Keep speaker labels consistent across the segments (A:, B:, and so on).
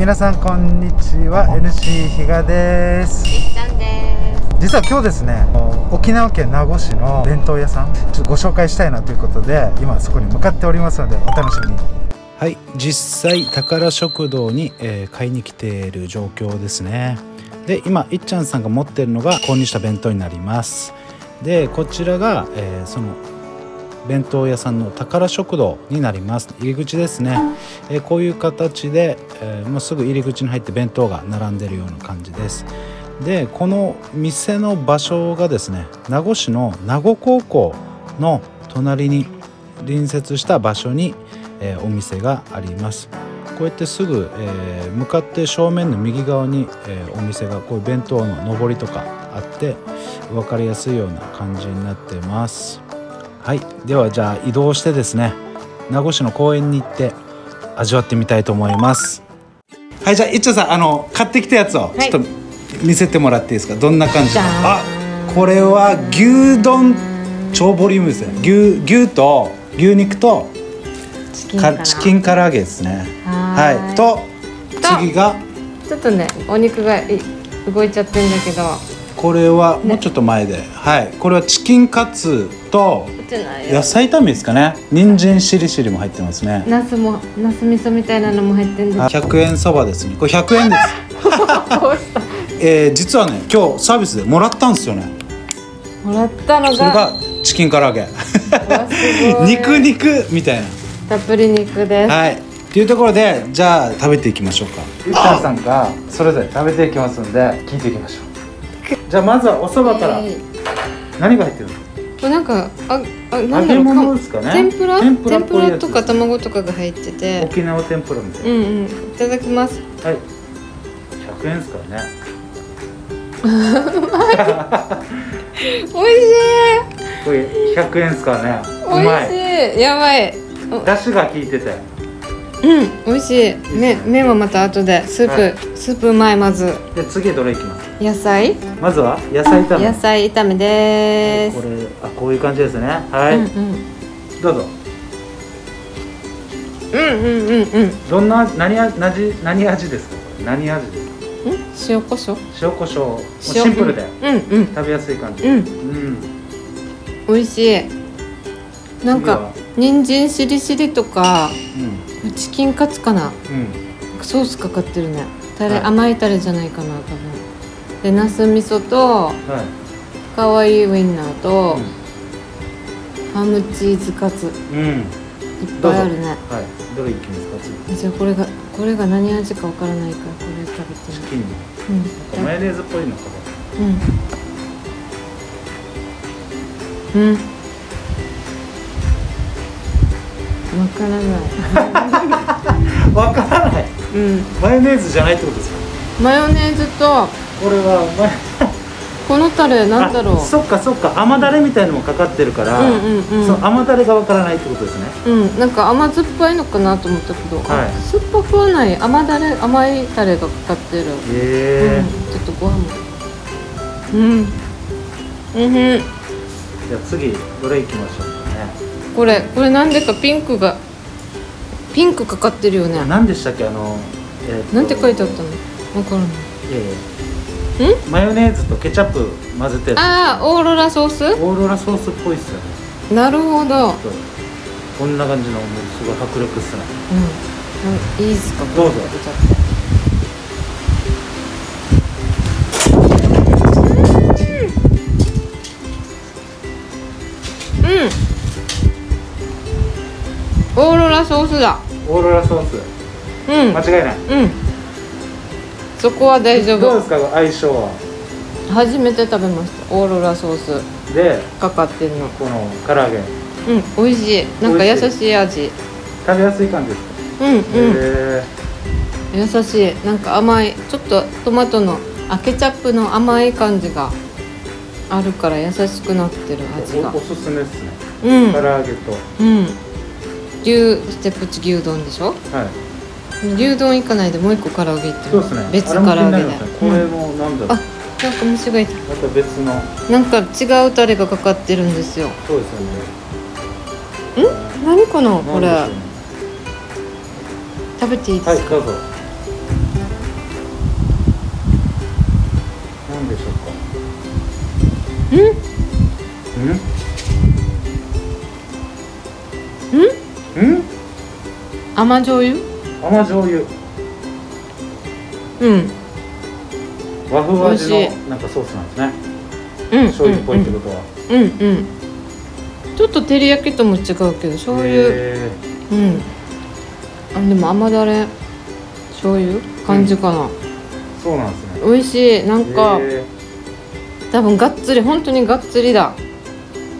A: 皆さんこんにちは NC 比嘉です
B: いっちゃんです。
A: 実は今日ですね沖縄県名護市の弁当屋さんちょっとご紹介したいなということで今そこに向かっておりますのでお楽しみに
C: はい実際宝食堂に、えー買いに来ている状況ですねで今いっちゃんさんが持ってるのが購入した弁当になりますでこちらが、えーその弁当屋さんの宝食堂になります入り口ですね、えーこういう形で、えーもうすぐ入り口に入って弁当が並んでるような感じですでこの店の場所がですね名護市の名護高校の隣に隣接した場所に、えーお店がありますこうやってすぐ、えー向かって正面の右側に、えーお店がこういう弁当の上りとかあって分かりやすいような感じになってますはいではじゃあ移動してですね名護市の公園に行って味わってみたいと思いますはいじゃあ一応さんあの買ってきたやつを
B: い
C: ちょっと見せてもらっていいですかどんな感じ
B: じゃーん
C: あこれは牛丼超ボリュームですね牛牛と牛肉と
B: チキンか
C: か
B: な
C: チキン唐揚げですね
B: は
C: は
B: ーい
C: いと
B: と
C: 次が
B: ちょっとね、お肉がい動いちゃってんだけど。こ
C: これはもうちょっと前で、はいこれはチキンカツと
B: っちないよ
C: 野。菜炒めですかね人参しりしりも入ってますね
B: ナスも、ナス味噌みたいなのも入ってんだけ
C: 100円そばですねこれ100円です、
B: ど。どうした
C: えー、実はね今日サービスでもらったんですよね
B: もらったの
C: それ
B: が。
C: がチキン唐揚げ
B: わすごい
C: 肉肉みたい
B: たっぷり肉で
C: なはい
B: す。
C: っていうところでじゃあ食べていきましょうか
A: ゆっちゃんさんがそれぞれ食べていきますので聞いていきましょうじゃあまずはお蕎麦から
B: え
A: 何が入ってるの
B: ーなんか、あ、あ、なん
A: 揚げ
B: だろう
A: 物ですかね
B: 天ぷら。
A: 天ぷらっ
B: 天
A: ぽい
B: ぷ
A: やつ
B: らとか卵とかが入ってて。
A: 沖縄天ぷらみたい
B: うんうん、いただきます。
A: なはい100円ですからね
B: 美味しい。
A: これ100円ですからねう
B: 美
A: ま
B: 味
A: い
B: しい。やばい。お
A: だしが効いてて
B: うん、美味しい。
A: いいで
B: 麺
A: すね
B: 麺はまた後で、スープ、
A: は
B: スープうまい、まず。
A: で次どれいきます
B: 野菜。
A: まずは野菜炒め
B: 野菜炒めです。
A: これあこういう感じですねはい、
B: うんうん。
A: どうぞ
B: うんうんうんうん。ん
A: どんな何味何味何味ですかこれ何味ですか
B: 塩コショウ。
A: 塩コショウもう
B: 塩
A: シンプルで、
B: うんうん。
A: 食べやすい感じ
B: うん
A: うん
B: 美味しい。なんか人参しりしりとか
A: うん
B: チキンカツかな。
A: うん
B: ソースかかってるね。タレ、
A: はい
B: 甘いタレじゃないかな多分。でナス味噌と
A: はい
B: 可愛いウインナーと
A: うん、
B: ハムチーズカツいっ
A: うん
B: ぱいあるね。
A: はいどれいきますか次
B: じゃあこれがこれが何味かわからないからこれ食べて
A: チ
B: みる
A: キンのマ
B: うん
A: ヨネーズっぽいのか
B: うん。うん。わからない。
A: なわからない
B: うん。
A: マヨネーズじゃないってことですか
B: マヨネーズと
A: これはマヨ
B: このタレなんだろう
A: あ。そっかそっか甘だれみたいのもかかってるから、
B: うんうんうん
A: その甘だれがわからないってことですね
B: うん、なんか甘酸っぱいのかなと思ったけど、あ
A: はい
B: 酸っぱくはない甘だれ甘いタレがかかって
A: へ
B: る、
A: え
B: うん、ちょっとご飯もうんうんうん
A: じゃあ次どれいきましょうかね
B: これこれなんでかピンクがピンクかかってるよね
A: 何でしたっけあの、えーと
B: なんて書いてあったのわからない
A: いやいやマヨネーズとケチャップ混ぜてる
B: ああオーロラソース
A: オーロラソースっぽいっすよね
B: なるほど、うん
A: そうこんな感じのもうすごい迫力っすね
B: うん、いいっすか
A: どうぞ
B: ちょっとうんオーロラソースだ
A: オーロラソース
B: うん
A: 間違いない、
B: うんそこは大丈
A: どうで
B: 夫
A: すか相性は
B: 初めて食べましたオーロラソース
A: で
B: かかってんの
A: この唐揚げ
B: うん美味しいなんか優しい味
A: 食べやすい感じですか、
B: うんうん
A: へ
B: 優しいなんか甘いちょっとトマトのあケチャップの甘い感じがあるから優しくなってる味
A: え
B: が
A: おおすすめっすね、
B: うん
A: 唐揚げと
B: うん牛ステップチ牛丼でしょ
A: はい
B: 牛丼行かないでもう一個唐揚げ行ってる
A: そうですね
B: 別
A: あ
B: 唐
A: れ
B: 揚
A: も気にな
B: げで
A: りますねこれもなんだろう、
B: あなんか虫がいた
A: また別の
B: なんか違うタレがかかってるんですよん
A: そうですよね
B: 何このこれ
A: なんでしょうね
B: 食べていいです
A: はい
B: か、
A: どうぞ
C: うんうん
B: 甘醤油
C: 甘醤油
B: うん
C: 和風味
B: 美味し
C: のなんかソースなんですね
B: うん
C: 醤油っぽいって
B: うん
C: ことは
B: うんうんちょっと照り焼きとも違うけど醤油
C: へー
B: うんあでも甘だれ醤油感じかな、
C: そうなんですね
B: 美味しいなんか、
C: へ
B: 多分がっつり本当にがっつりだ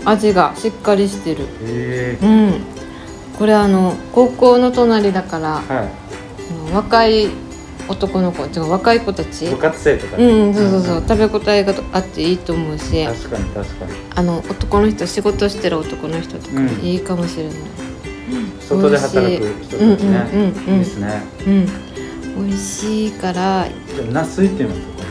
B: 味がしっかりしてる
C: ーへ
B: うんこれあの高校の隣だからあ
C: ーは
B: の若い男の子違う若い子たち
C: い部活生とか
B: う
C: ね
B: んそうそうそう、
C: ん
B: 食べ応えがあっていいと思うし
C: 確かに確かに
B: あの男の人仕事してる男の人とか
C: うん
B: いいかもしれない、
C: 外で働く人
B: うん、う
C: た
B: ん
C: ち
B: うん
C: ね
B: う
C: いい
B: ん
C: ですね
B: うん美味しいから
C: じゃあナスいってみますか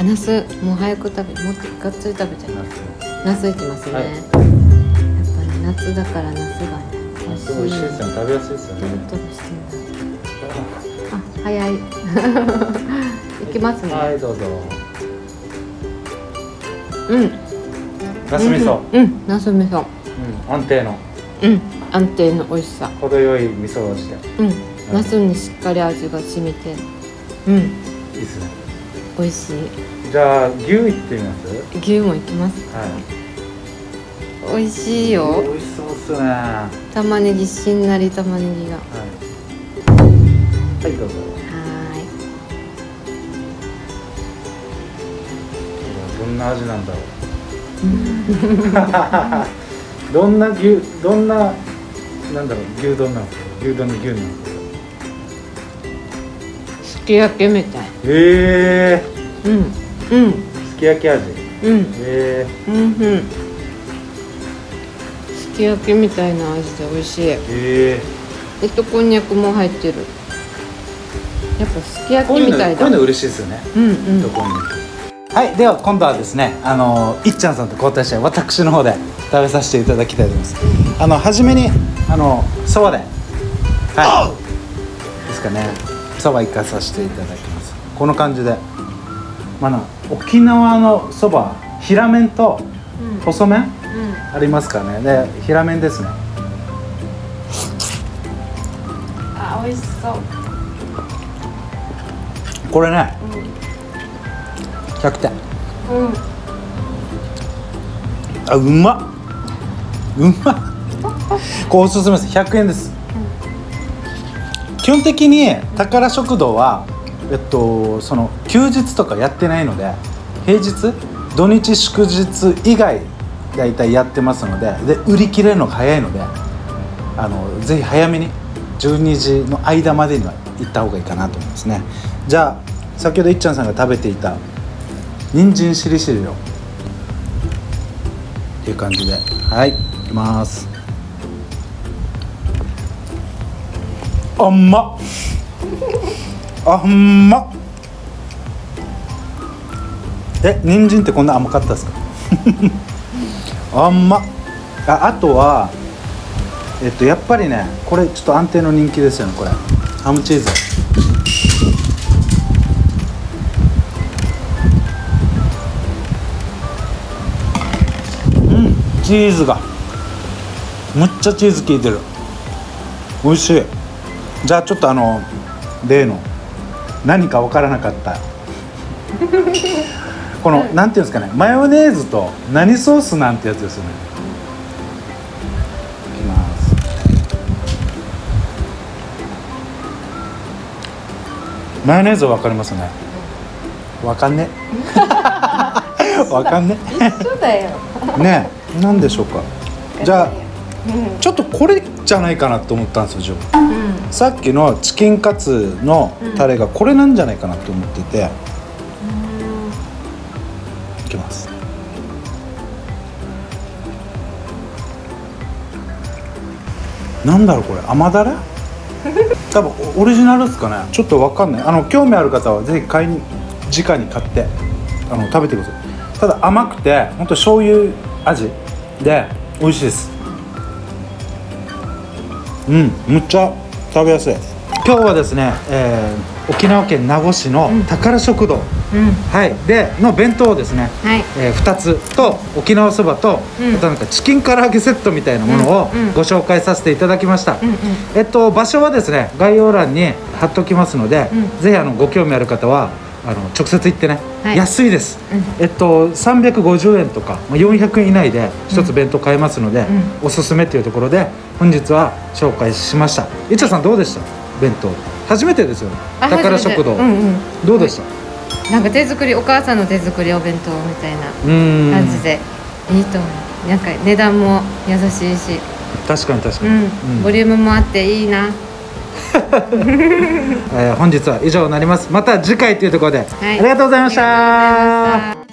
B: あナスもう早く食べもっとがっつり食べちゃう
C: ナス
B: ナスいきますね、
C: はい
B: やっぱり夏だからナスがね
C: ナス美味しいですよね食べやすいですよ
B: トロ
C: ね
B: トロしてるなあ早い いきますね、
C: はいどうぞ
B: うん
C: ナス味噌
B: うんうんナス味噌
C: うん安定の
B: うん安定の美味しさ
C: 程よい味噌味でい
B: うんナスにしっかり味が染みてうん
C: いですね
B: 美味しい
C: じゃあ牛いってみます
B: 牛もいきます
C: はい
B: 美味しいよ
C: 美味しそうっすねは
B: 玉ねぎしんなり玉ねぎがはい
C: はいどうぞ
B: ー
C: どんな味なんだろ うどんな牛どんななんだろう牛丼なんですか牛丼の牛なんですか
B: いすき焼きみたい
C: え
B: うんうん
C: えすき焼き味
B: うん
C: え
B: うんうんすき焼きみたいな味で美味しい
C: ええ
B: えっとこんにゃくも入ってるやっぱすき
C: え
B: 焼
C: こうい
B: き
C: う
B: み
C: の
B: たい
C: こう
B: だ
C: いうの嬉しいですよね
B: うんうん
C: どこにはいでは今度はですねあのいっちゃんさんと交代して私の方で食べさせていただきたいと思いますあの初めにあのそばではいですかねそば行かさせていただきますこの感じでまあな沖縄のそば平麺と
B: うん
C: 細麺
B: うん
C: ありますからねで平麺ですね
B: あ美味しそう
C: これね100点
B: うん
C: あうまっうまっ こうおすすめです100円です、基本的に宝食堂はえっとその休日とかやってないので平日土日祝日以外だいたいやってますのでで売り切れるのが早いのであのぜひ早めに12時の間までには行った方がいいかなと思いますねじゃあ先ほどいっちゃんさんが食べていた人参しりしりをっていう感じではいいきますあんまあんまえ人参ってこんな甘かったですか あんまああとはえっとやっぱりねこれちょっと安定の人気ですよねこれハムチーズチーズがむっちゃチーズ効いてる美味しいじゃあちょっとあの例の何か分からなかったこのなんていうんですかねマヨネーズと何ソースなんてやつですよねいきますマヨネーズは分かりますね分かん ね分かんね
B: そうだよ
C: ねえ何でしょうかじゃあちょっとこれじゃないかなと思ったんですよ自分さっきのチキンカツのタレがこれなんじゃないかなと思ってて、いきますなんだろうこれ甘 だれ多分オリジナルですかねちょっとわかんないあの興味ある方はぜひ買いに直に買ってあの食べてくださいただ甘くて本当醤油味で美味しいですうんむっちゃ食べやすい今日はですね、えー沖縄県名護市の宝食堂、
B: うん
C: はい、での弁当をですね、
B: はい
C: え2つと沖縄そばと、
B: うん
C: あとなんかチキン唐揚げセットみたいなものを
B: うんうん
C: ご紹介させていただきました、
B: うんうん
C: えっと、場所はですね概要欄に貼っときますので、
B: うん
C: ぜひあのご興味ある方はあの直接行ってね、
B: はい
C: 安いです、
B: う
C: えっと、350円とかまあ400円以内で一つ弁当買えますので、おすすめというところで本日は紹介しましたいっちゃんさんどうでした弁当初めてですよね
B: あ
C: 宝食堂、
B: 初めてうんうん
C: どうでした、
B: なんか手作りお母さんの手作りお弁当みたいな
C: うーん
B: 感じで、いいと思うなんか値段も優しいし、
C: 確かに確か
B: う
C: に、
B: ん
C: うん
B: ボリュームもあっていいな
C: えー本日は以上になりますまた次回というところで、
B: い
C: ありがとうございました
B: ありがとうございました